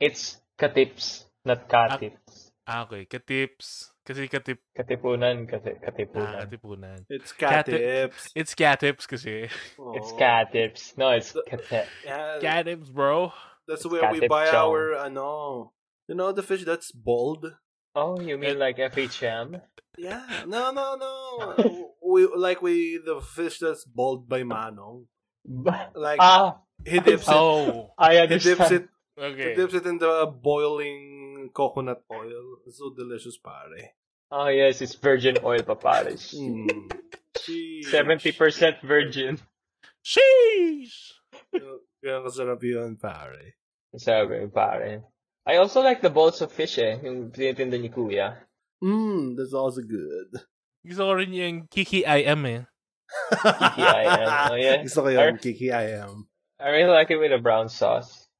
It's Katips, not Katips. Ah, okay. Katips. Kasi katip, Katipunan, kati, ah, Katipunan. katipunan. It's Cat- Catips. It's Katips kasi. It's Katips. No, it's Katip. Yeah, Katips, bro. that's it's where we Catips buy Joe. our ano. You know the fish that's bald? Oh, you mean like FHM? Yeah. No, no, no. we like we the fish that's bald by Manong. But, Like ah, he dips it, Oh, I he dips understand. it, he okay. dips it in the boiling coconut oil. So delicious, pare. Oh, yes, it's virgin oil papalish. Mm. Sheesh. 70% virgin. Sheesh! Ganun kasarap yun, pare. Sabi, pare. I also like the balls of fish eh, yung tinitinda ni Kuya. Mm, that's also good. Gusto ko rin yung Kiki IM eh. Kiki I am. Oh, yeah. Gusto ko yun, Kiki I am. I really like it with a brown sauce.